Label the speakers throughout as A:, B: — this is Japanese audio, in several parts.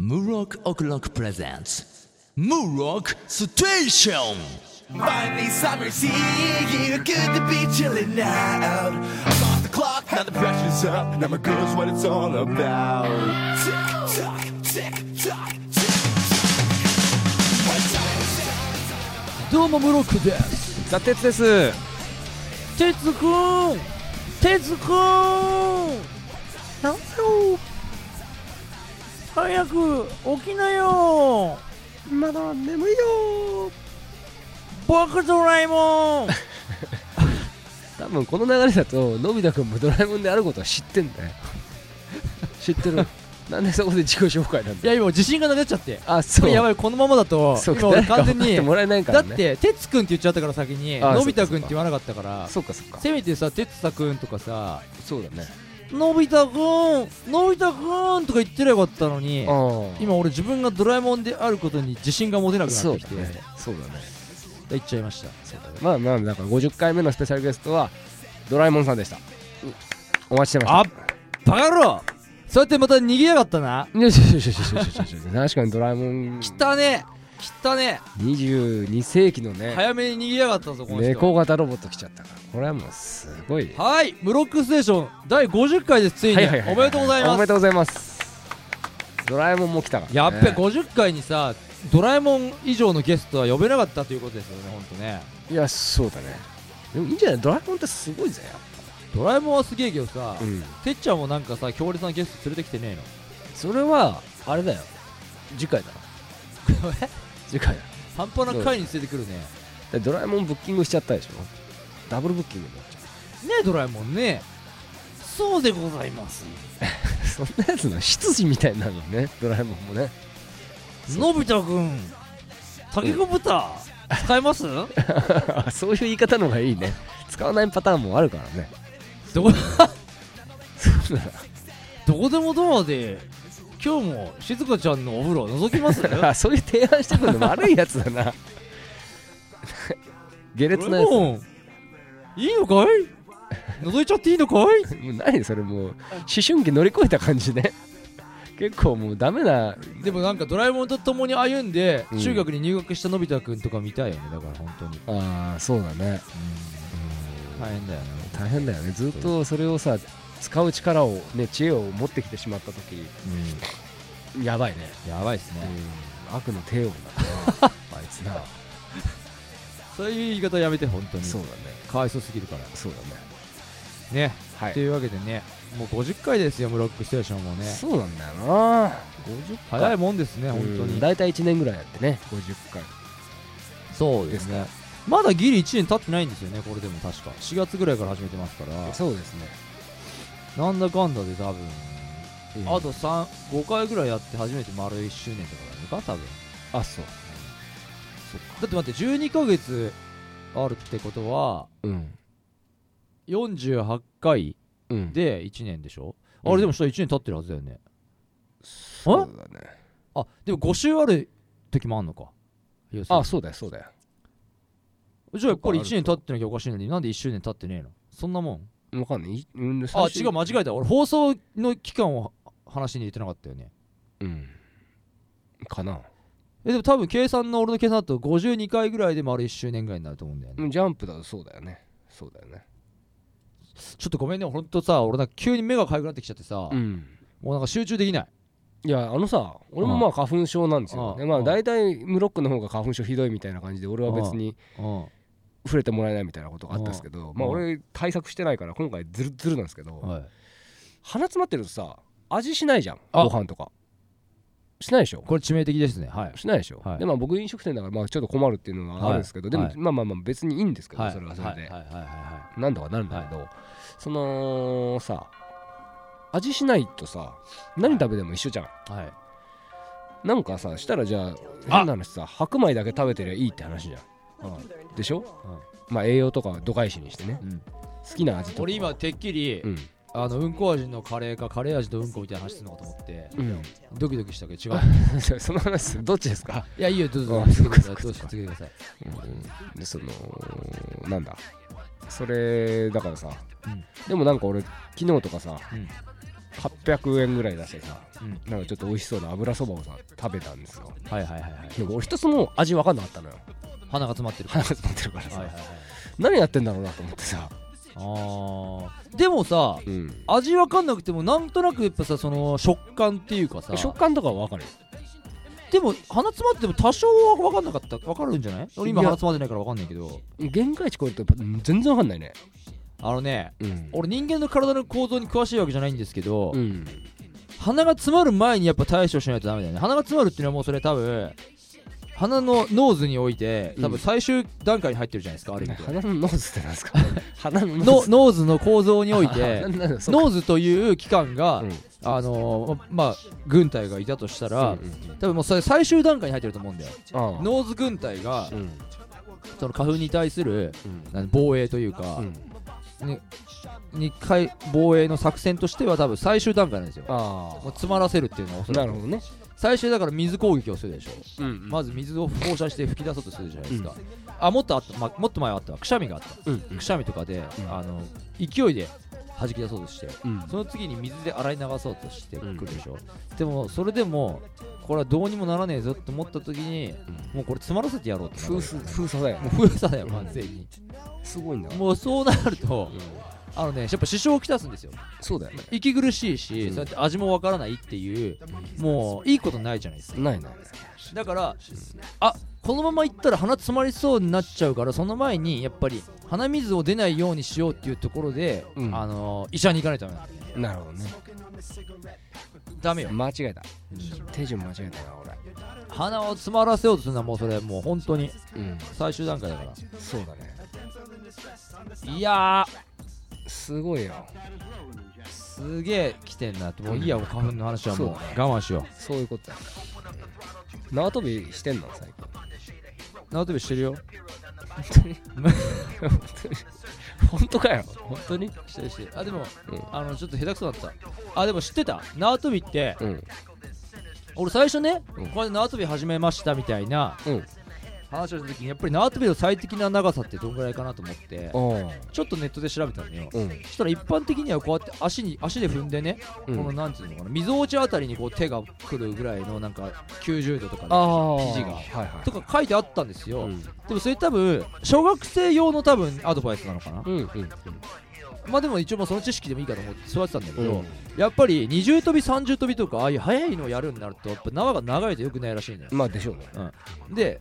A: Murok O'Clock presents Murok Station!
B: Finally, summer's here. Good to be chilling out. I'm off the clock, now the pressure's up. Now my girl's what it's all about. Tick tock, tick tock, tick tock.
C: どうもムロックです
D: ザテツです
C: てつくんてつくんなんだろう早く起きなよまだ眠いよ僕ドラえもん
D: 多分この流れだとのび太くんもドラえもんであることは知ってんだよ知ってるなんでそこで自己紹介なん
C: い
D: だよ
C: や今自信がなくなっちゃって
D: あそう
C: やばいこのままだと
D: そう
C: 今俺完全
D: 誰か分かって
C: に
D: もらえないか
C: だ
D: ら
C: っ
D: ね
C: ててつくんって言っちゃったから先に
D: あ
C: のび太くんって言わなかったから
D: そうかそうか
C: せめてさてつさくんとかさ
D: そうだね
C: のび太くんのび太くんとか言ってればよかったのに
D: あ
C: 今俺自分がドラえもんであることに自信が持てな
D: あ
C: くな
D: そ
C: っ
D: う
C: てき
D: だ
C: て、
D: ねそうだね
C: 言っちゃいました
D: まあまあだから50回目のスペシャルゲストはドラえもんさんでしたお待ちしてました
C: あバカ野郎そうやってまた逃げやがったな
D: よしよしよしよしよしよしよし確かにドラえも
C: 汚
D: ん
C: ね汚ね
D: 22世紀のね
C: 早めに逃げやがったぞこの人
D: 猫型ロボット来ちゃったからこれはもうすごい
C: はいムロックステーション第50回ですついに、
D: はいはいはい
C: おめでとうございます
D: おめでとうございますドラえもんも来たからね
C: やっべ、50回にさドラえもん以上のゲストは呼べなかったということですよねほんとね
D: いやそうだねでもいいんじゃないドラえもんってすごいぜ
C: ドラえもんはすげえけどさ、
D: うん
C: てっちゃんもなんかさ強烈なゲスト連れてきてねえの
D: それはあれだよ次回だな 次回だ
C: 半端な回に連れてくるね
D: でドラえもんブッキングしちゃったでしょダブルブッキングになっちゃ
C: ねえドラえもんねそうでございます
D: うそんなやつの執事みたいになるのねドラえもんもね
C: のび太くんタケコプター使えます ど
D: あ そういう言い方の方がいいね使わないパターンもあるからね
C: こ
D: そうだ
C: どこでもドアで今日もしずかちゃんのお風呂を覗きます
D: あそういう提案してくるの悪いやつだ な下劣なやつだな
C: もいいのかい覗いちゃっていいのかい
D: もう 何それもう思春期乗り越えた感じね結構もうダメな
C: でもなんかドラえもんと共に歩んで
D: うん
C: 中学に入学したのび太くんとか見たいよねだから本当に
D: ああそうだね
C: 大変だよね
D: 大変だよねずっとそれをさ使う力をね知恵を持ってきてしまった時やばいね、
C: やばいっすね
D: 悪の 帝王だなあいつな
C: そういう言い方やめて本当に
D: そうだね
C: かわいそうすぎるから
D: そうだね
C: ね
D: はい
C: というわけでねもう50回ですよ「ブロックステーション」もね
D: そうなんだよな50回
C: 早いもんですね本当
D: うん
C: に
D: 大体1年ぐらいやってね50回
C: そうですねまだギリ1年経ってないんですよねこれでも確か4月ぐらいから始めてますから
D: そうですね
C: なんだかんだで多分
D: うん
C: あと5回ぐらいやって初めて丸1周年とかだねか多分
D: あそう
C: だって待って12ヶ月あるってことは
D: うん
C: 48回
D: うん
C: で1年でしょ、
D: うん
C: あれでも下1年経ってるはずだよね
D: そうだね
C: あでも5週ある時もあんのか要するに
D: あそうだよそうだよ
C: じゃあやっぱり
D: あ
C: 1
D: る
C: 年
D: と
C: 経ってなきゃおかしいのになんで1周年経ってねえのそんなもん
D: わかんないいうん最
C: あ
D: 初
C: 違う間違えた俺放送の期間を話に入れてなかったよね
D: うんかな
C: えでも多分計算の俺の計算だと52回ぐらいで丸1周年ぐらいになると思うんだよね、
D: うんジャンプだとそうだよねそうだよね
C: ちょっとごめんねほんとさ俺なんか急に目がかゆくなってきちゃってさ、
D: うん
C: もうなんか集中できない
D: いやあのさ俺もまあ花粉症なんです
C: ああ
D: よでま
C: ああ
D: あ大体ムロックの方が花粉症ひどいみたいな感じで俺は別に
C: うん
D: 触れてもらえないみたいなことがあったんですけどまあ
C: ああ
D: 俺対策してないから今回ズルズルなんですけど
C: はい
D: 鼻詰まってるとさ味しないじゃん
C: あ
D: ご飯とかしないでしょ
C: これ致命的ですねはい
D: しないでしょ
C: はい
D: でまあ僕飲食店だからまあちょっと困るっていうのがあるんですけど
C: はい
D: でも
C: はい
D: まあまあまあ別にいいんですけ
C: は
D: ど
C: い
D: それはそれで
C: はいはいはいは
D: なんとかなるんだけど、そのさ味しないとさ何食べても一緒じゃん、
C: いはいはい
D: なんかさしたらじゃあ
C: あ
D: 変な話さ白米だけ食べてりゃいいって話じゃ
C: うん
D: んでしょ、まあ栄養とかは度外視にしてね
C: うん
D: 好きな味とか
C: 俺今てっきり、
D: うん、
C: あのうんこ味のカレーかカレー味とうんこみたいな話するのかと思って
D: うん、
C: ドキドキしたけど違う
D: その話するどっちですか、
C: いやいいよどうぞ
D: あ
C: 続けてください どう
D: そっか
C: ぞ
D: そっ
C: 続
D: か
C: けてください
D: うん、でそのなんだそれだからさ、
C: うん
D: でもなんか俺昨日とかさ
C: うん
D: カッ600円ぐらい出してさ、
C: うん
D: なんかちょっと美味しそうな油そばをさ食べたんですよ
C: はいはいはいはい
D: でも俺一つも味分かんなかったのよ
C: 鼻が詰まってる
D: 鼻が詰まってるからさ、
C: はいはいはい
D: 何やってんだろうなと思ってさ、
C: あーでもさ
D: うん、
C: 味わかんなくてもなんとなくやっぱさその食感っていうかさ
D: 食感とかは分かるよ
C: でも鼻詰まっても多少は分かんなかった分かるんじゃない俺今
D: いや
C: 鼻詰まってないから分かんないけど
D: 限界値超えるとやっぱうん全然分かんないね
C: あのね
D: うん
C: 俺人間の体の構造に詳しいわけじゃないんですけど、
D: うん
C: 鼻が詰まる前にやっぱ対処しないとダメだよね鼻が詰まるっていうのはもうそれ多分鼻のノーズにおいて多
D: うん
C: 分最終段階に入ってるじゃないですか、ある意味で
D: 鼻のノーズってなんですか 鼻の
C: の
D: ノーズ
C: ノーズの構造において
D: あなんだ そうか
C: ノーズという器官が、
D: うん
C: あのーまあ軍隊がいたとしたら、
D: うんうんうん
C: 多分もうそれ最終段階に入ってると思うんだよ
D: ああ
C: ノーズ軍隊が
D: うん
C: その花粉に対する
D: うん
C: なん防衛というか
D: う、ん
C: ににかい防衛の作戦としては多分最終段階なんですよ
D: あ
C: もう詰まらせるっていうのはおそら
D: あ
C: く
D: なるほどね
C: 最終だから水攻撃をするでしょ
D: うん
C: まず水を放射して吹き出そうとするじゃないですか、あもっとあった、ま、もっと前はあったわくしゃみがあった、
D: うん
C: くしゃみとかで、
D: ん
C: あの勢いで弾き出そうとして
D: うん
C: その次に水で洗い流そうとしてく
D: うん
C: るでしょ、でもそれでもこれはどうにもならねえぞって思った時に、もうこれ詰まらせてやろうってなる
D: 封鎖封鎖だよね
C: もう封鎖だよ完全に
D: すごいんだ
C: もうそうなると
D: うん
C: あのねやっぱ支障をきたすんですよ
D: そうだよね
C: 息苦しいし、
D: うん
C: そうやって味もわからないっていうもういいことないじゃないですか
D: ないない
C: だから、あこのまま行ったら鼻詰まりそうになっちゃうからその前にやっぱり鼻水を出ないようにしようっていうところで、
D: うん
C: あのー医者に行かないとダメなんだよね
D: なるほどね
C: ダメよ
D: 間違えた手順間違えたな
C: 鼻を詰まらせようとするのはもうそれもう本当に
D: 俺うん
C: 最終段階だか
D: そうだね
C: らいや
D: すごいよ
C: ーすげえ来てんなってもういいやもう花粉の話はもう
D: そうだね
C: 我慢しよ
D: そういうことだよ縄跳びしてんの最近
C: う縄跳びしてるよ
D: 本当かよ本当に
C: してるしてるあでも、
D: うん
C: あのちょっと下手くそだったあでも知ってた縄跳びって
D: うん
C: 俺最初ね、
D: うん
C: これで縄跳び始めましたみたいな
D: うん
C: 話をした時にやっぱり縄跳びの最適な長さってどんぐらいかなと思って
D: あ
C: ちょっとネットで調べたのよ
D: あうん
C: そしたら一般的にはこうやって足に足で踏んでね、
D: うん
C: このなんていうのかな溝落ちあたりにこう手が来るぐらいのなんか90度とかで
D: あ
C: 肘が
D: はいはい
C: とか書いてあったんですよ、
D: うん
C: でもそれ多分小学生用の多分アドバイスなのかな、
D: うんうん
C: まあでも一応まあその知識でもいいかと思って座ってたんだけど、
D: うん
C: やっぱり二重跳び三重跳びとかああいう速いのをやるようになるとやっぱ縄が長いとよくないらしいのよ、
D: まあでしょうね
C: うん、で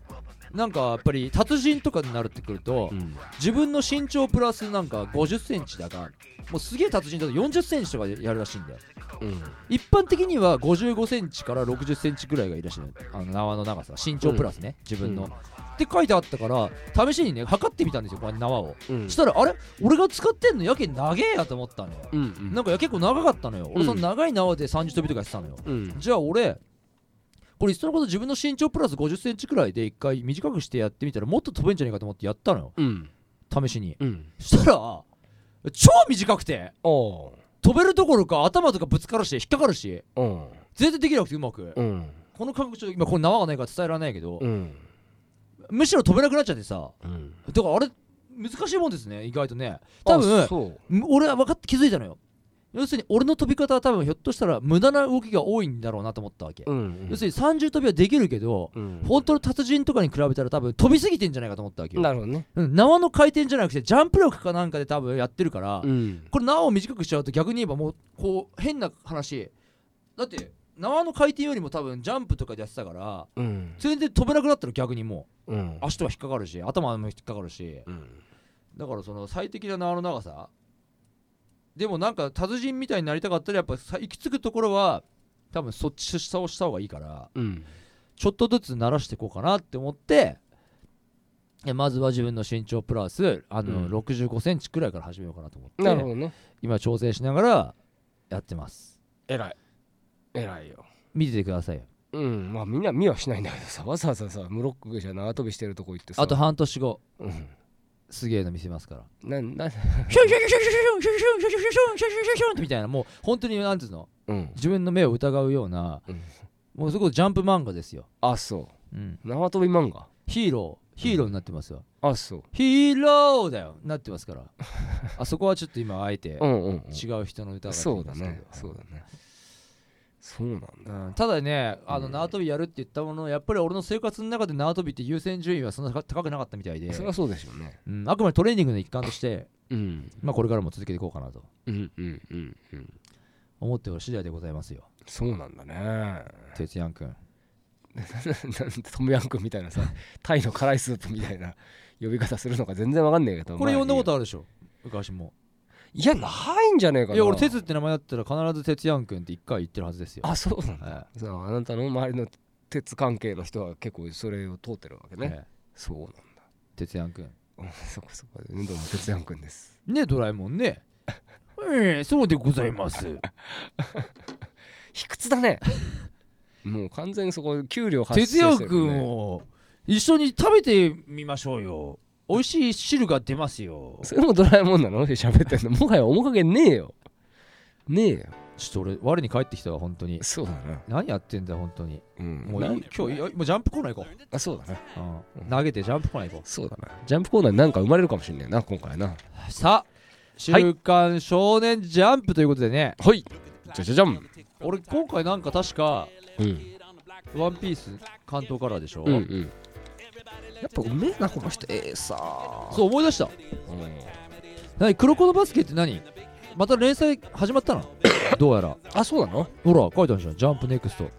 C: なんかやっぱり達人とかになるってくると、
D: ん
C: 自分の身長プラスなんか5 0ンチだがもうすげえ達人だと4 0ンチとかでやるらしいんだよ
D: うん
C: 一般的には5 5ンチから6 0ンチぐらいがいいらしいのよあの縄の長さ身長プラスね、自分の、
D: うん
C: って書いてあったから試しにね測ってみたんですよこの縄を、
D: うん
C: したらあれ俺が使ってんのやけに長えやと思ったのよ、
D: うんうん
C: なんかやけ結構長かったのよ
D: う
C: 俺
D: ん
C: その長い縄で30跳びとかやってたのよ、
D: うん
C: じゃあ俺これいっそのこと自分の身長プラス5 0ンチくらいで一回短くしてやってみたらもっと飛べんじゃねえかと思ってやったのよ
D: うん
C: 試しに
D: うん
C: そしたら超短くて
D: おう
C: 飛べるどころか頭とかぶつかるし引っかかるし
D: うん
C: 全然できなくてうまく、
D: うん
C: この感覚ちょっと今この縄がないから伝えられないけど、
D: うん
C: むしろ飛べなくなっちゃってさ
D: うん
C: だからあれ難しいもんですね意外とね多分
D: あそう
C: む俺は分かって気づいたのよ要するに俺の飛び方は多分ひょっとしたら無駄な動きが多いんだろうなと思ったわけ、
D: うん
C: 要するに30跳びはできるけど、
D: うん
C: 本当の達人とかに比べたら多分飛びすぎてんじゃないかと思ったわけよ
D: なるほどね
C: うん縄の回転じゃなくてジャンプ力かなんかで多分やってるから、
D: ん
C: これ縄を短くしちゃうと逆に言えばもうこう変な話だって縄の回転よりも多分ジャンプとかでやってたから
D: うん
C: 全然飛べなくなったら逆にも
D: うん
C: う足とか引っかかるし頭も引っかかるし
D: うん
C: だからその最適な縄の長さでもなんか達人みたいになりたかったらやっぱさ行き着くところは多分そっち下をした方がいいから
D: うん
C: ちょっとずつ慣らしていこうかなって思っていやまずは自分の身長プラスあの、
D: うん
C: 6 5センチくらいから始めようかなと思って
D: なるほどね
C: 今調整しながらやってます
D: えらいえらいよ
C: 見ててくださいよ
D: うんまあみんな見はしないんだけどさわざわざさムロックじゃ縄跳びしてるとこ行ってさ
C: あと半年後
D: うん
C: すげえの見せますから
D: なな
C: シュンシュンシュンシュンシュンシュンシュンシュンシュンシュンシュンシュンシュンシュンシュンってみたいなもう本当になんつうの
D: うん
C: 自分の目を疑うような
D: うん
C: もうそこジャンプ漫画ですよ、
D: あそ
C: うん、
D: う縄跳び漫画
C: ヒーローヒーローになってますよ、
D: あそう
C: ヒーローだよなってますから あそこはちょっと今あえて
D: うんうんうん
C: 違う人の歌が出てきますけど
D: そうだねそうだねそうなんだ
C: うん、ただねあの
D: うん
C: 縄跳びやるって言ったもののやっぱり俺の生活の中で縄跳びって優先順位はそんな高くなかったみたいで、
D: そりゃそうですよね
C: うん、あくまでトレーニングの一環として、
D: うん
C: まあ、これからも続けていこうかなと
D: うんうんうんうん
C: 思っておる次第でございますよ
D: そうなんだね
C: 哲也君
D: なんでトムヤン君みたいなさタイの辛いスープみたいな呼び方するのか全然わかんねえけど
C: これ
D: まあ
C: 呼んだこと
D: い
C: あるでしょ昔も
D: いやいやないんじゃねえかない
C: や俺哲って名前だったら必ず哲也君って一回言ってるはずですよ
D: あそうなんだ
C: え
D: さああなたの周りの鉄関係の人は結構それを通ってるわ
C: え
D: けね、
C: ええ
D: そうなんだ
C: 哲也君
D: うんそこそこどうも鉄やんくんです
C: ねドラえもんね ええそうでございます
D: 卑屈だね もう完全にそこ給料発生
C: 哲也
D: く
C: 君を一緒に食べてみましょうよ美味しい汁が出ますよ
D: それもドラえもんなの喋ってんのもはや面影ねえよねえよ
C: ちょっと俺我に返ってきたわ本当に
D: そうだな
C: 何やってんだ本当に
D: うん
C: もうい
D: ない
C: 今日いやもうジャンプコーナー行こ
D: あそうだな
C: う、うん投げてジャンプコーナー行こ
D: そうだなジャンプコーナーになんか生まれるかもしんねえな今回な
C: うさあ「週刊少年ジャンプ」ということでね
D: はいじゃじゃじゃん、
C: 俺今回なんか確か
D: うん、
C: 「ワンピース関東カラーでしょ、
D: うんうんやっぱうめえなこの人ええさあ
C: そう思い出した
D: うん
C: 何黒子のバスケって何また連載始まった のどうやら
D: あそうなの
C: ほら書いてあるじゃん「ジャンプネクスト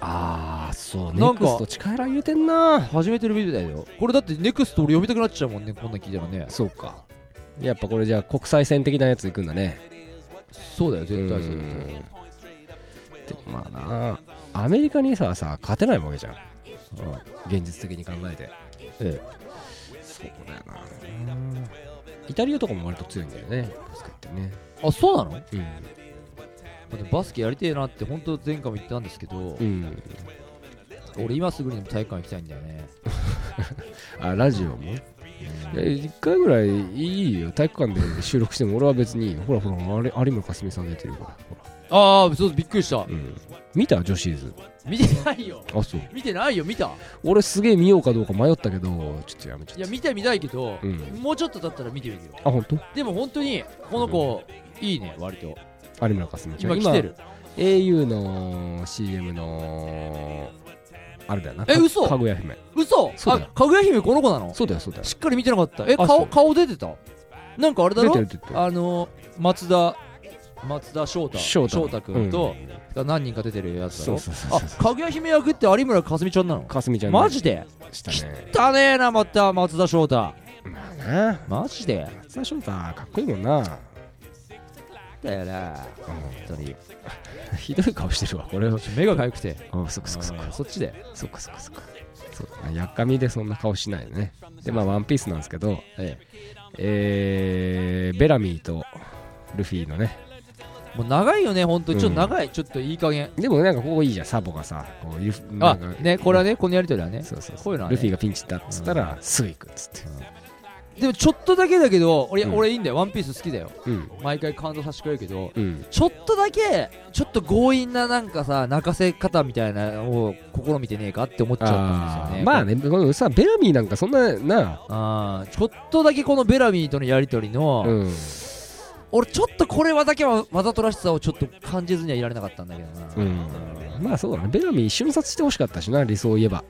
D: ああそ
C: な
D: うネ
C: んか
D: クスト力入れてんな
C: 始めてるみたいだよこれだってネクスト俺読みたくなっちゃうもんねこんなん聞いたらね
D: そうかやっぱこれじゃあ国際線的なやついくんだね
C: そうだよ絶対そううん
D: でもまあなアメリカにささ勝てないわけじゃん現実的に考えて
C: え
D: そうだよなイタリアとかも割と強いんだよねバスケってね
C: えあそうなの
D: う
C: でもバスケやりてえなって本当前回も言ったんですけど、
D: ん、
C: 俺今すぐにでも体育館行きたいんだよね
D: あラジオもえ一回ぐらいいいよ体育館で収録しても俺は別にいいよほらほらあれ有村架純さん出てるからほら、
C: ああそうびっくりした
D: うん、見た女子ーズ
C: 見てないよ
D: あそう
C: 見てないよ見た
D: 俺すげえ見ようかどうか迷ったけどちょっとやめちゃっ
C: い
D: た
C: や見たい見たいけど、
D: うん
C: もうちょっとだったら見てみるよ
D: あ本当？
C: でも本当にこの子、いいね割と
D: 有村架純ちゃ
C: 今
D: ん
C: 来てる
D: au の CM のあれだよな
C: え
D: か
C: 嘘
D: かぐや姫
C: 嘘
D: そうだ
C: あ
D: よ
C: かぐや姫この子なの
D: そうだよそうだよ
C: しっかり見てなかったえ
D: あそ
C: 顔
D: う
C: 顔出てたなんかあれだ
D: 出
C: ろ
D: てる出てる
C: あの松田松田翔太
D: 翔太
C: 君と、が何人か出てるやつだ
D: そ
C: ろ
D: うそうそう
C: あ
D: そう
C: かぐや姫役って有村架純ちゃんなの
D: かすみちゃん
C: マジで
D: したね
C: 汚ねえなまた松田翔太
D: まあな
C: マジで
D: 松田翔太かっこいいもんな
C: だよな本当に
D: ひどい顔してるわこれは
C: 目が痒くて
D: あそっかそっかそっ
C: うん
D: か
C: そっちで
D: そっかそっかそっかそうだなやっかみでそんな顔しないよねでまあワンピースなんですけど
C: え
D: えーベラミーとルフィのね
C: えもう長いよね本当にちょっと
D: うん
C: 長いちょっといい加減
D: でもなんかここいいじゃんサボがさこういうな
C: あ
D: んか
C: ねこれはねこのやりとりはね
D: そうそうそう
C: こういうのはね
D: ルフィがピンチだっつったら、すぐ行くっつって、
C: でもちょっとだけだけど俺
D: うん
C: 俺いいんだよワンピース好きだよ
D: うん
C: 毎回感動させてくれるけど
D: うん、
C: ちょっとだけちょっと強引ななんかさ泣かせ方みたいなのを試みてねえかって思っちゃったん
D: あ
C: ですよ
D: ー
C: ね
D: まあねこのさベラミーなんかそんなな
C: あーちょっとだけこのベラミーとのやりとりの、
D: うん
C: 俺ちょっとこれはだけはわざとらしさをちょっと感じずにはいられなかったんだけどな、
D: うんまあそうだねベラミー瞬殺してほしかったしな理想を言えば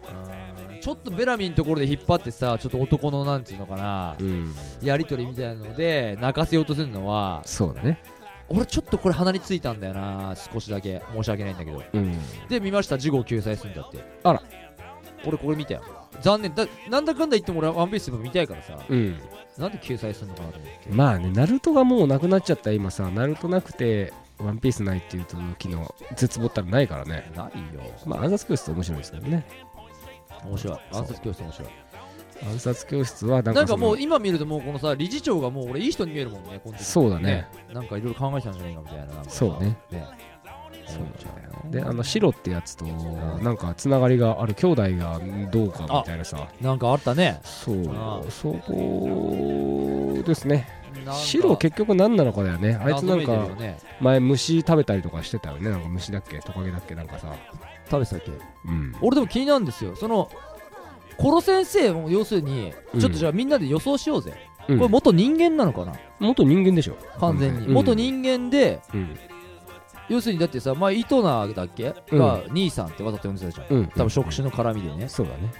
C: うんちょっとベラミーのところで引っ張ってさちょっと男のなんていうのかな
D: うん
C: やりとりみたいなので泣かせようとするのは
D: そうだね
C: 俺ちょっとこれ鼻についたんだよな少しだけ申し訳ないんだけど
D: うん
C: で見ました事後救済するんだって
D: あら
C: 俺これ見たよ残念だなんだかんだ言っても俺はワンピースでも見たいからさ
D: うん
C: なんで救済するのかなと思って
D: まあねナルトがもうなくなっちゃった今さナルトなくてワンピースないっていう時の絶望ったらないからね
C: ないよ
D: まあ暗殺教室面白いですけどね
C: 面白い
D: そう
C: 暗殺教室面白い
D: 暗殺教室はなん
C: な
D: か
C: ん
D: そ
C: か
D: の
C: もう今見るともうこのさ理事長がもう俺いい人に見えるもんねこの時
D: そうだね
C: なんかいろいろ考えてたんじゃないかみたいななんかさ
D: そうね
C: ね
D: そう
C: 思っちゃう
D: であの白ってやつとなんかつながりがある兄弟がどうかみたいなさ
C: なんかあったね
D: そう
C: ああ
D: そこですね
C: なんか
D: 白結局何なのかだよねあいつな
C: 謎
D: ん
C: めてるよ
D: か
C: ね
D: 前虫食べたりとかしてたよねなんか虫だっけトカゲだっけなんかさ
C: 食べてたっけ
D: うん
C: 俺でも気になるんですよそのコロ先生も要するに
D: うん
C: ちょっとじゃあみんなで予想しようぜ、
D: うん
C: これ元人間なのかな
D: 元人間でしょ
C: 完全に、
D: うん
C: 元人間で
D: うん
C: 要するにだってさ前糸なだっけ、
D: うん
C: が兄さんってわざと呼んでたじゃん、
D: うん
C: 多分触手の絡みでね
D: そうだね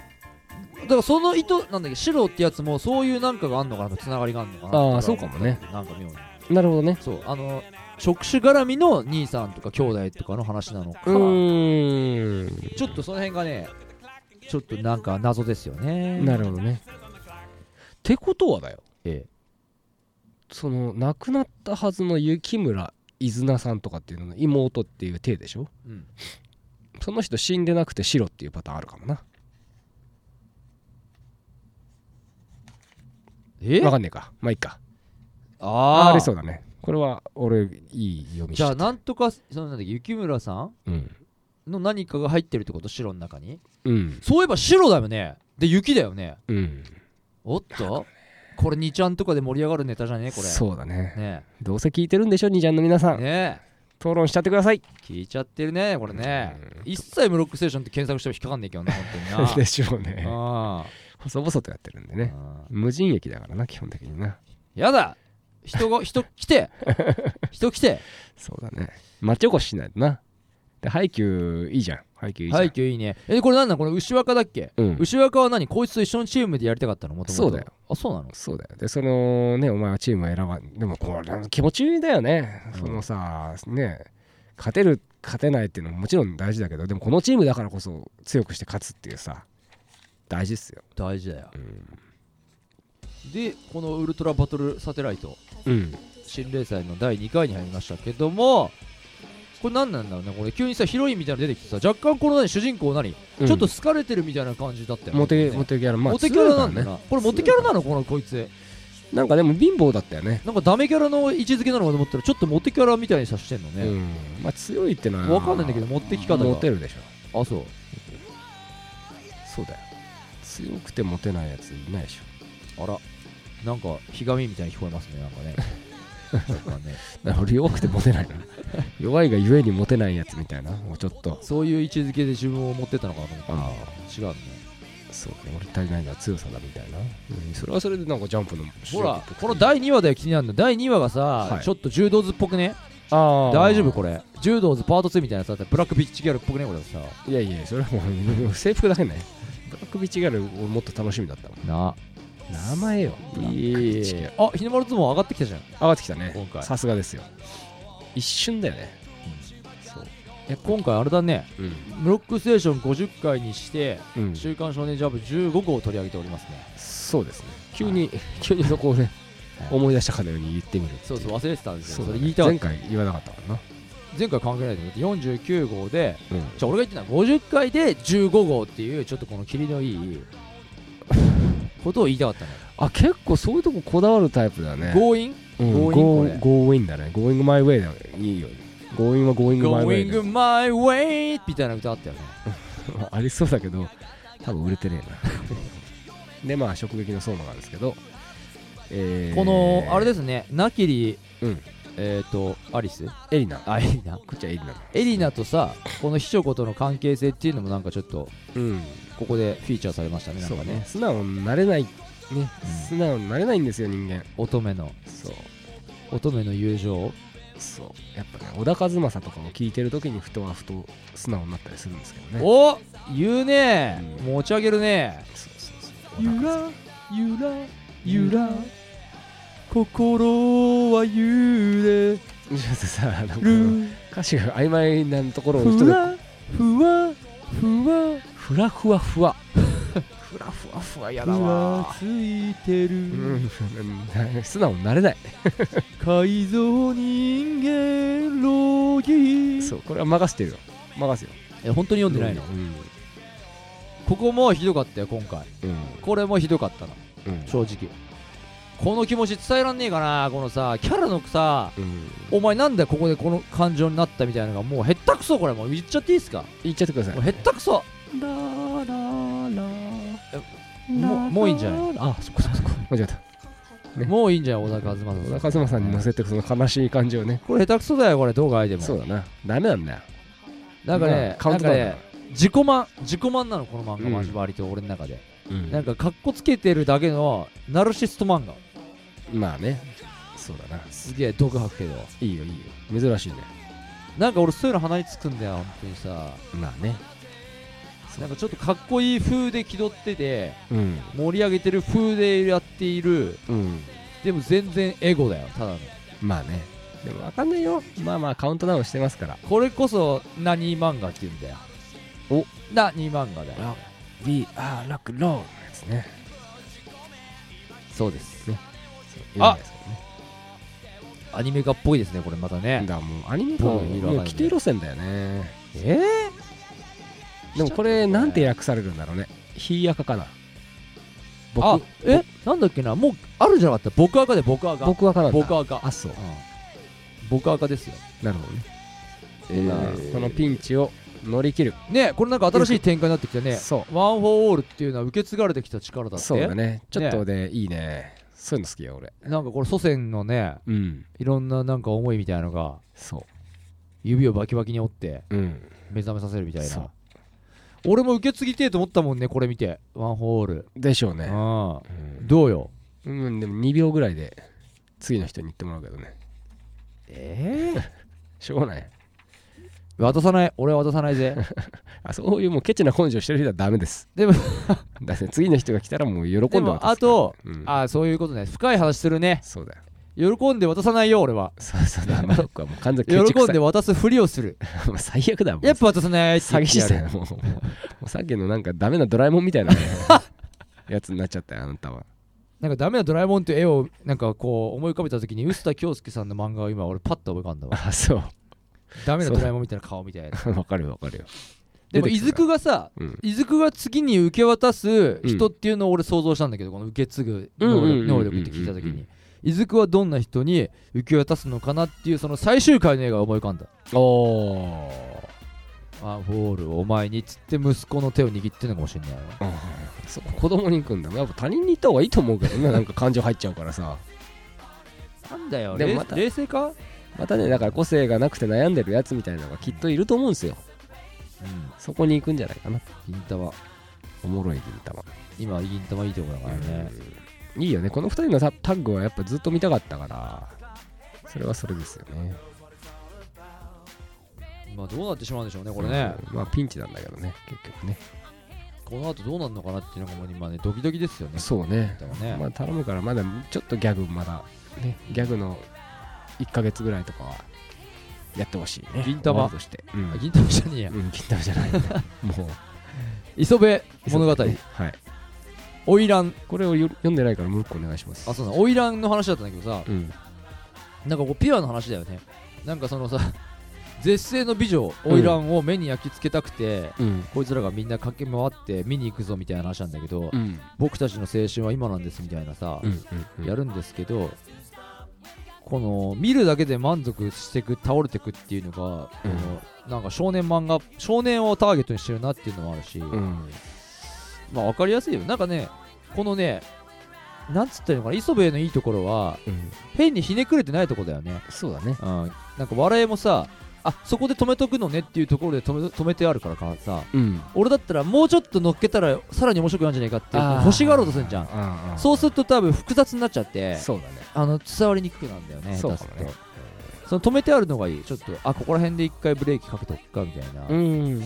C: だからその糸なんだっけシロってやつもそういうなんかがあんのかなつながりがあんのかな
D: ああそうかもね
C: なんか妙に
D: なるほどね
C: そうあの触手絡みの兄さんとか兄弟とかの話なのか
D: うーん
C: ちょっとその辺がねちょっとなんか謎ですよね
D: なるほどねってことはだよ
C: え
D: その亡くなったはずの雪村伊豆菜さんとかっていうのの妹っていう体でしょ
C: えうん
D: その人死んでなくて白っていうパターンあるかもな
C: え
D: わかんねえかまあいいかあ
C: あ
D: ー
C: ー
D: ありそうだねこれは俺いい読みし
C: じ
D: て
C: ゃ
D: た
C: あなんとかそのなんだっけ雪村さん
D: うん
C: の何かが入ってるってこと白の中に
D: うん
C: そういえば白だよねで雪だよね
D: うん
C: おっとこれ2ちゃんとかで盛り上がるネタじゃねこれ
D: そうだね
C: ね
D: どうせ聞いてるんでしょ兄ちゃんの皆さ
C: え
D: ん
C: ね
D: 討論しちゃってください
C: え聞いちゃってるねこれね
D: うん
C: 一切ムロックステーションって検索しても引っかかんねえけどね本当
D: で
C: に
D: しょうね
C: なあ
D: 細々とやってるんで
C: ー
D: ね
C: あ
D: 無人駅だからな基本的にな
C: ーやだ人が人来て人来て
D: そうだね町おこししないとなでハイキューいいじゃんハイキューいいじゃん、
C: はい今日いいねえこれなんなんこれ牛若だっけ
D: うん、
C: 牛若は何こいつと一緒のチームでやりたかったのもともと
D: そうだよ
C: あそうなの
D: そうだよでそのねお前はチームは選ばんでもこれ気持ちだよね、
C: うん
D: そのさね勝てる勝てないっていうのももちろん大事だけどでもこのチームだからこそ強くして勝つっていうさ大事っすよ
C: 大事だよ
D: うん、
C: でこのウルトラバトルサテライト
D: うん、
C: 心霊祭の第2回に入りましたけどもこれ何なんだろうねこれ急にさヒロインみたいなの出てきてさ若干この何主人公何、ちょっと好かれてるみたいな感じだったよね
D: モテ
C: これ
D: モ
C: ね
D: テギャラまあ
C: モテキャラなんだ
D: 強
C: よ
D: いから
C: な、
D: ね
C: これモテキャラなのこのこいつ
D: なんかでも貧乏だったよね
C: なんかダメキャラの位置づけなのかと思ったらちょっとモテキャラみたいにさしてんの
D: う
C: ね、
D: んまあ強いってのは
C: わかんないんだけど持ってき方が
D: モテるでしょ
C: あそう
D: そうだよ強くてモテないやついないでしょ
C: あらなんかひがみみたいに聞こえますねなんか ねなんかね
D: だから俺弱くてモテないな弱いがゆえにモテないやつみたいなもうちょっと
C: そういう位置づけで自分を持ってったのかなと思った
D: あ
C: ら
D: あ
C: 違うのね
D: そうね、俺足りないのは強さだみたいな、それはそれでなんかジャンプの
C: ほらこの第2話だよ気になるの第2話がさ、
D: い
C: ちょっと柔道図っぽくね
D: あー
C: 大丈夫これ柔道図パート2みたいなさブラックビッチギャルっぽくねこれさ
D: いやいやそれはもう 制服だけねブラックビッチギャルをもっと楽しみだったもん
C: な
D: 名前よ
C: いい
D: 上
C: あ日の丸相撲上がってきたじゃん
D: がってきたね
C: 今回
D: さすがですよ一瞬だよね
C: え今回あれだね
D: うん
C: 「ブロックステーション」50回にして
D: う
C: 「
D: ん
C: 週刊少年ジャンプ」15号を取り上げておりますね
D: そうですね急に 急にそこをね
C: はい
D: 思い出したかのように言ってみる
C: そうそう忘れてたんです
D: そ
C: よそ
D: う
C: れ
D: だね
C: 言いたかっ
D: 前
C: た
D: 回言わなかったからな
C: 前回関係ないと思って49号で
D: うん
C: じゃ俺が言ってたのは50回で15号っていうちょっとこの霧のいいことを言いたかったのよ
D: あ結構そういうとここだわるタイプだね
C: 強引
D: うん
C: ゴーインこれ
D: Go- Go in だね Going my way だねいいよ Going は Going my way だよ
C: Going my way みたいな歌あったよね
D: まあありそうだけど多分売れてねえな でまあ直撃の相馬なんですけど、えー
C: このあれですねナキリ
D: うん
C: えっとアリス
D: エリナ
C: あエリナ
D: こっちはエリナの
C: エリナとさこの秘書子との関係性っていうのもなんかちょっと
D: うん
C: ここでフィーチャーされましたねなん
D: そう
C: か
D: ね
C: ね
D: 素直になれないね、素直になれないんですよ人間
C: 乙女の
D: そう
C: 乙女の友情
D: そうやっぱね小田和正とかも聞いてる時にふとはふと素直になったりするんですけどね
C: お言うね
D: うん
C: 持ち上げるね
D: そうそうそう
C: ゆ
D: 小田和
C: らゆらゆら心は揺れ
D: 正ちょっとさなんか
C: る
D: 歌詞が曖昧なところを一
C: ふ
D: 人
C: わふわふわ
D: ふらふわふわふらふわふわやだ
C: ふ
D: わ
C: わついて
D: う
C: る
D: ん、素直になれない。
C: 改造人間ロギ
D: そう、これは任せてるよ。任せよ。
C: え本当に読んでないの
D: うん。
C: ここもひどかったよ今回
D: うん。
C: これもひどかったな
D: うん。
C: 正直この気持ち伝えらんねえかなこのさキャラのさ
D: うん。
C: お前なんでここでこの感情になったみたいなのがもうへったくそこれもう言っちゃっていいっすか
D: 言っちゃってください
C: もう。へったくそえもうもういいんじゃない
D: あ、そこそこそこ。間違った。ね
C: もういいんじゃない小田和
D: 小
C: 正
D: 田和正さんに乗せてくその悲しい感じをね。
C: これ下手くそだよこれどうがいでも
D: そうだな。ダメなんだよ。
C: なんかね
D: カウントダウンだ
C: なん
D: な
C: かね。自己満自己満なのこの漫画
D: うん
C: マジ割と俺の中で、
D: うん
C: なんかかっこつけてるだけのナルシスト漫画
D: まあね。そうだな。
C: すげえ毒吐くけど
D: いいよ、いいよ。珍しいね。
C: なんか俺そういうの鼻につくんだよ本当にさ
D: まあね
C: なんかちょっとかっこいい風で気取ってて
D: うん
C: 盛り上げてる風でやっている
D: うん
C: でも全然エゴだよただの
D: まあねでもわかんないよまあまあカウントダウンしてますから
C: これこそ何漫画って言うんだよ
D: お
C: 何漫画だよ
D: We are rock roll のやつね
C: そうです
D: そう
C: あ
D: いいんですけどね
C: アニメ化っぽいですねこれまた
D: だ
C: ね
D: からもうアニメ化は
C: もう
D: もう規定路線だよね
C: え
D: でもこれなんて訳されるんだろうねひアカかな
C: ー、あ
D: 僕
C: えなんだっけなもうあるじゃなかった僕赤で僕赤
D: 僕はかなんだ
C: 僕赤
D: あそう
C: 僕赤ですよ
D: なるほどね今このピンチを乗り切る
C: ねこれなんか新しい展開になってきたね
D: そ
C: ワン・フォー・オールっていうのは受け継がれてきた力だ
D: う
C: って
D: そうだねちょっとでいいねそういうの好きよ俺
C: なんかこれ祖先のね
D: うん
C: いろんななんか思いみたいなのが
D: そ
C: 指をバキバキに折って
D: ううん
C: 目覚めさせるみたい
D: そう
C: な俺も受け継ぎてえと思ったもんねこれ見てワン・フォー・オール
D: でしょうね
C: ああ
D: うん
C: どうよ
D: うんでも2秒ぐらいで次の人に言ってもらうけどね
C: ええ
D: しょうがない
C: 渡さない俺は渡さないぜ
D: あそういうもうケチな根性してる人はダメです
C: でも
D: だって次の人が来たらもう喜ん
C: で
D: で渡す
C: もあと
D: からうん
C: ああそういうことね深い話するね
D: そうだよ
C: 喜んで渡さないよ俺は
D: そうそうだマロックはもう完全
C: 喜
D: にケチく
C: んで渡すふりをする
D: もう最悪だもん
C: やっぱ渡さないって言っ
D: 詐欺
C: て
D: 師
C: や
D: だ
C: る
D: よもうもうもうさっきのなんかダメなドラえもんみたいなねやつになっちゃったよあなたは
C: なんかダメなドラえもんっていう絵をなんかこう思い浮かべた時に臼田恭介さんの漫画を今俺パッと思い浮かんだ わ
D: あそ
C: ダメなドラえもんみたいな顔みた いな
D: うわかるよわかるよ
C: でも
D: 出て
C: 伊
D: きた
C: 豆くがさ
D: うん
C: 伊豆くが次に受け渡す人っていうのを俺想像したんだけどこの受け継ぐ能
D: うんうんうんうんう
C: 力
D: ん
C: 能力って聞いた時
D: うんうんう
C: に伊豆くはどんな人に受け渡すのかなっていうその最終回の絵が思い浮かんだ
D: おー
C: あフォールお前にっつって息子の手を握ってんのかもしれないな
D: そう子供に行くんだやっぱ他人に行った方がいいと思うけどねなんか感情入っちゃうからさ
C: なんだよ
D: でも
C: 冷
D: また
C: 冷静か
D: またねだから個性がなくて悩んでるやつみたいなのがきっといると思うんですよ
C: うん
D: そこに行くんじゃないかな
C: 銀玉
D: おもろい銀玉
C: 今銀玉いいとこだからね
D: うんいいよねこの2人のタタッグはやっぱずっと見たかったからそれはそれですよね
C: まあどうなってしまうんでしょうねこれね
D: うんまあピンチなんだけどね結局ね
C: この後どうなるのかなっていうのがもう今ねドキドキですよね。
D: そうね
C: だからね
D: まあ頼むからまだちょっとギャグまだねギャグの1ヶ月ぐらいとかはやってほしいね
C: 銀玉
D: 終わりとして、うん
C: あ銀玉じゃねえや。
D: うん銀玉じゃない もう
C: 磯部物語、
D: ねは
C: 花
D: い
C: 魁。
D: これをよ読んでないからもう一個お願いします
C: あ、そうだ、花魁の話だったんだけどさ、
D: うん
C: なんかこうピュアの話だよね。なんかそのさ、絶世の美女、花魁を目に焼き付けたくて、
D: うん
C: こいつらがみんな駆け回って見に行くぞみたいな話なんだけど、
D: うん
C: 僕たちの青春は今なんですみたいなさ、
D: うんうん
C: やるんですけど、この見るだけで満足してく倒れてくっていうのが、
D: うん
C: このなんか少年漫画少年をターゲットにしてるなっていうのもあるし、
D: うん
C: まあ分かりやすいよなんかねこのねなんつったらいいのかな磯部のいいところは
D: うん
C: 変にひねくれてないとこだよね、
D: そうだね
C: うん、なんか笑いもさあそこで止めとくのねっていうところで止め止めてあるからかさ
D: うん
C: 俺だったらもうちょっと乗っけたらさらに面白くなるんじゃないかっていう欲しがろうとするじゃん
D: ん
C: そうすると多分複雑になっちゃって
D: そうだね
C: あの伝わりにくくなるんだよね
D: そう
C: 出
D: か
C: す
D: も
C: と
D: ね
C: その止めてあるのがいいちょっとあここら辺で一回ブレーキかけとくかみたいな、
D: うん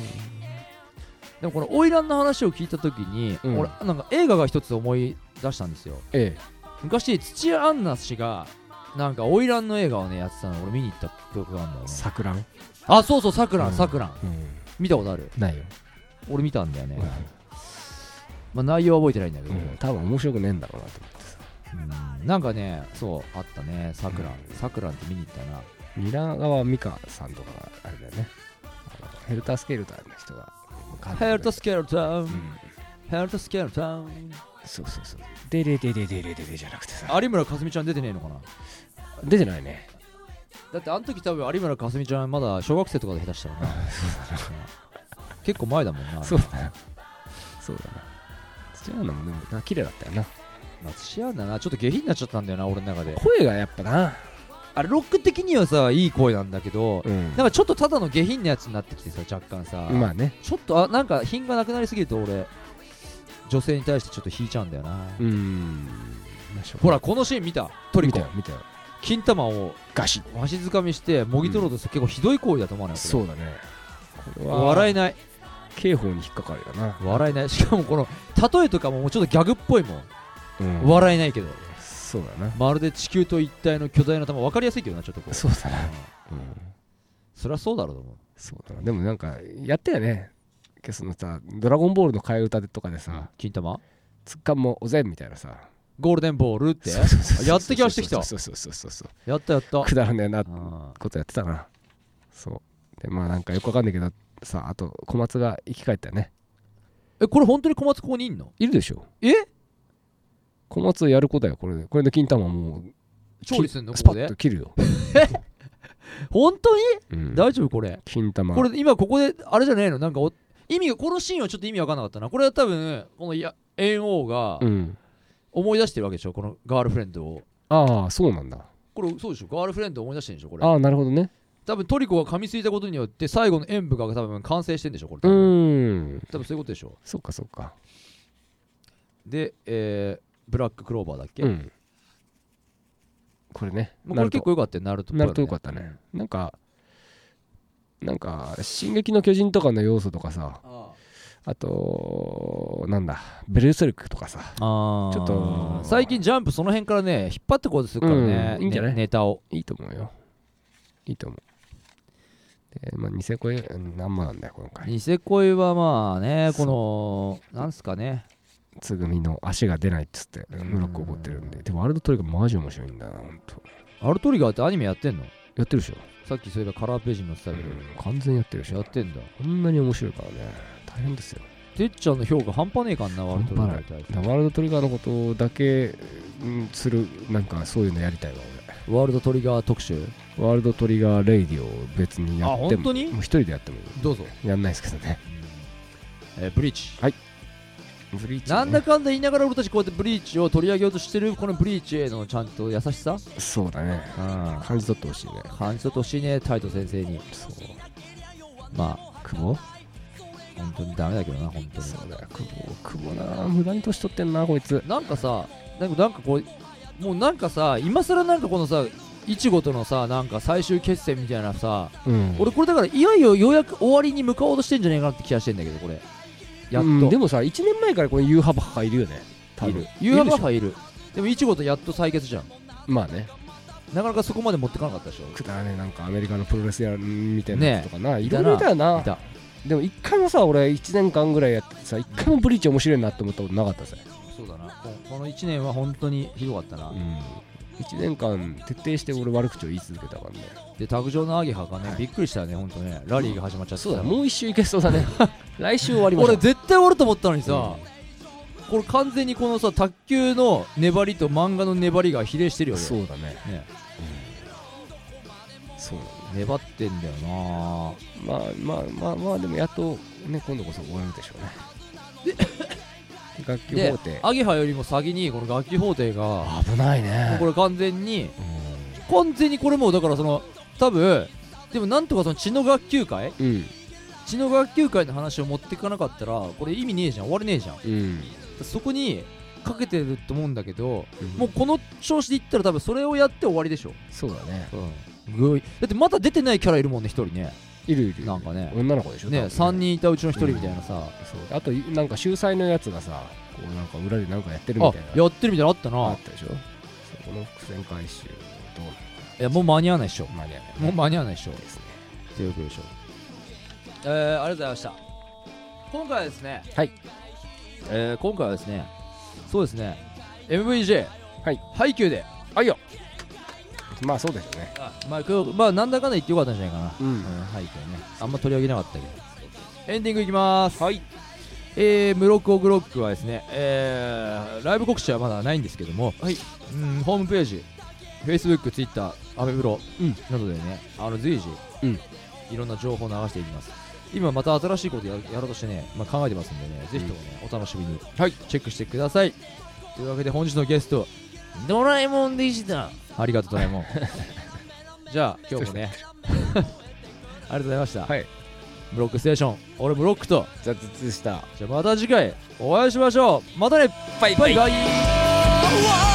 C: でもこの花魁の話を聞いた時に、
D: うん
C: 俺なんか映画が一つ思い出したんですよ
D: ええ
C: 昔土屋アンナ氏がなんか花魁の映画をねやってたの俺見に行った記憶があるんだよね
D: 桜ね
C: あそうそうさくら
D: うん
C: んさくらん
D: うん
C: 見たことある
D: ないよ
C: 俺見たんだよね
D: うん、
C: まあ、内容は覚えてないんだけど、
D: うん多分面白くねえんだろうなと思ってさ
C: うんなんかねそうあったねさくらんさくらんって見に行ったな
D: 蜷川美香さんとかがあれだよねあのヘルタースケルターの人が
C: ヘルト
D: ス
C: スケルタウ
D: ケ
C: ンヘルトスケルタウン
D: そうそうそうデレデレデレデレじゃなくてさ
C: 有村架純ちゃん出てねえのかな
D: 出てないね
C: だってあの時多分有村架純ちゃんまだ小学生とかで下手したらなうん結構前だもんな
D: そうだなそうだな土屋アンナもでもな綺麗だったよな
C: 松アンナなちょっと下品になっちゃったんだよな俺の中で
D: 声がやっぱな
C: あれロック的にはさいい声なんだけど、
D: うん
C: なんかちょっとただの下品なやつになってきてさ若干さ、
D: まあね
C: ちょっとあなんか品がなくなりすぎると俺女性に対してちょっと引いちゃうんだよな、
D: うんまあしょう
C: ほらこのシーン見たトリ
D: 見
C: コ
D: たよ見たよ
C: 金玉を
D: ガシッ
C: わしづかみしてもぎ取ろうとする結構ひどい行為だと思わない
D: そうだねこれは
C: 笑えない
D: 刑法に引っかかるよな
C: 笑えないしかもこの例えとかももうちょっとギャグっぽいもん、
D: うん
C: 笑えないけど
D: そうだな
C: まるで地球と一体の巨大な玉分かりやすいけどなちょっとこう
D: そうだなうん
C: そりゃそうだろうと思う
D: そうだなでもなんかやったよねそのさ「ドラゴンボール」の替え歌でとかでさ
C: 金玉
D: 「つっかんもおぜん」みたいなさ
C: ゴールデンボールって
D: そうそうそう
C: やってきましてきた
D: そうそうそうそうそう
C: やったやった
D: くだらねえな
C: あ
D: ことやってたなそうでまあなんかよくわかんないけどさあと小松が生き返ったよね
C: ーえこれ本当に小松ここにいんの
D: いるでしょ
C: え
D: 小松やる子だよこれでこれで金玉もう
C: 調理すんのこ
D: きスパ
C: こ
D: ッ
C: で
D: と切るよ、
C: 本当に
D: うん
C: 大丈夫これ
D: 金玉
C: これ今ここであれじゃねえのなんかお意味がこのシーンはちょっと意味わかんなかったなこれは多分このや猿王が
D: うん
C: 思い出してるわけでしょこのガールフレンドを
D: ああそうなんだ
C: これそうでしょガールフレンドを思い出してるんでしょこれ
D: ああなるほどね
C: 多分トリコが噛みついたことによって最後の演舞が多分完成してんでしょこれ
D: う
C: 多分
D: ーん
C: 多分そういうことでしょ
D: そっかそっか
C: で、えーブラッククローバーだっけ、
D: うんこれね
C: もうこれ結構良かったよナルトっぽい
D: な
C: よ
D: るとよかったねなんかなんか「進撃の巨人」とかの要素とかさ
C: あ
D: あとなんだ「ベルセルク」とかさ
C: あ
D: ちょっと
C: 最近ジャンプその辺からね引っ張ってこうとするからね、
D: うんいいんじゃない
C: ねネタを
D: いいと思うよいいと思うでまあニセコえ何もなんだよ今回
C: ニセ恋はまあね
D: そう
C: このなんすかね
D: つぐみの足が出ないっつってムロック怒ってるんででもワールドトリガーマジ面白いんだなほんと
C: アルトリガーってアニメやってんの
D: やってるでしょ、
C: さっきそういえばカラーページに載ってた
D: う
C: けど、
D: ん、完全にやってるでし
C: や
D: ょ
C: ってんだ
D: こんなに面白いからね大変ですよ
C: てっちゃんの評価半端ねえかんなワールドトリガーに対して
D: だからワールドトリガーのことだけうんするなんかそういうのやりたいわ俺
C: ワールドトリガー特集
D: ワールドトリガーレイディオを別にやって
C: あ本
D: も
C: 当に
D: もう一人でやってもい
C: どうぞ、
D: いやんないですけどね
C: えーブリーチ
D: ブリーチね
C: なんだかんだ言いながら俺たちこうやってブリーチを取り上げようとしてるこのブリーチへのちゃんと優しさ
D: そうだね感じ取ってほしいね
C: 感じ取ってほしいねタイト先生に
D: そう
C: まあ
D: 久保
C: 本当にダメだけどな本当に
D: そうだよ久保久保な無駄に年取ってんなこいつ
C: なんかさなんかなんかこうもうなんかさ今更なんかこのさいちごとのさなんか最終決戦みたいなさ
D: うん
C: 俺これだからいよいよようやく終わりに向かおうとしてんじゃねえかなって気がしてんだけどこれやっと、
D: うんでもさ1年前からこのユーハバハがいるよね多
C: い
D: 分
C: るユーハバ
D: いる
C: ハいるでもいちごとやっと採決じゃん
D: でしょまあね
C: なかなかそこまで持ってかなかったでしょ
D: くだらねえなんかアメリカのプロレスやみたいなやつとかな、いろい
C: いたな
D: ろいたよない
C: た
D: でも一回もさ俺1年間ぐらいやっててさ一回もブリーチ面白いなって思ったことなかったぜ
C: そうだなここの1年は本当にひどかったな、
D: 1年間徹底して俺悪口を言い続けたからね
C: で卓上のアゲハがね、
D: はい
C: びっくりしたよね本当ねラリーが始まっちゃって
D: そうだもう一周いけそう だね来週終わりましょ
C: 俺
D: う
C: 絶対終わると思ったのにさ、これ完全にこのさ卓球の粘りと漫画の粘りが比例してるよね
D: そうだね
C: ね
D: そうだ
C: 粘ってんだよな
D: まあまあまあまあでもやっとね今度こそ終わるでしょうね楽器
C: で
D: 法廷
C: アゲハよりも先にこの楽器法廷が
D: 危ない
C: もう
D: ね
C: これ完全に完全にこれもうだからその多分でもなんとかその血の学級会
D: うんうん
C: 血の学級会の話を持っていかなかったらこれ意味ねえじゃん終われねえじゃん
D: うん
C: そこにかけてると思うんだけどもうこの調子でいったら多分それをやって終わりでしょ、
D: そうだね
C: うん、ぐいだってまだ出てないキャラいるもんね一人ね
D: いるいる
C: なんかね
D: 女の子でしょ
C: ね
D: 多分
C: 3人いたうちの一人みたいなさ、
D: そうあとなんか秀才のやつがさこうなんか裏でなんかやってるみ
C: あ
D: たいな
C: やってるみたいなのあったな、
D: あ
C: い
D: ったでしょそうこの伏線回収どうなの
C: やもう間に合わないでしょ
D: 間に合わない
C: もう間に合わないでしょ
D: ですね
C: ということでしょえー、ありがとうございました今回はですね
D: はい
C: えー、今回はですねそうですね MVJ
D: はい
C: ハイキューで
D: あいよまあそうですよね
C: あまあ、今日まあなんだかんだ言ってよかったんじゃないかな
D: うん
C: うん、はい、今日ね、あんま取り上げなかったけど。エンディングいきます。
D: はい。
C: えー、ムロックオグロックはですね、えー、ライブ告知はまだないんですけども、はい。うん、ホームページ、Facebook、Twitter、アメブロ、
D: うん
C: などでね、あの、随時、
D: うん
C: いろんな情報を流していきます。今また新しいことややろうとしてね、まあ、考えてますんでね、ぜひともね、お楽しみに、はい、チェックしてください。というわけで本日のゲスト、ドラえもんでした。ありがとう、ドラえもん。 じ ゃあ、今日もね、ありがとうございました。
D: はい
C: ブロックステーション、俺ブロックと、
D: 雑した
C: じゃあまた次回お会いしましょう。またね、バイバイ。バイバイ
E: Whoa,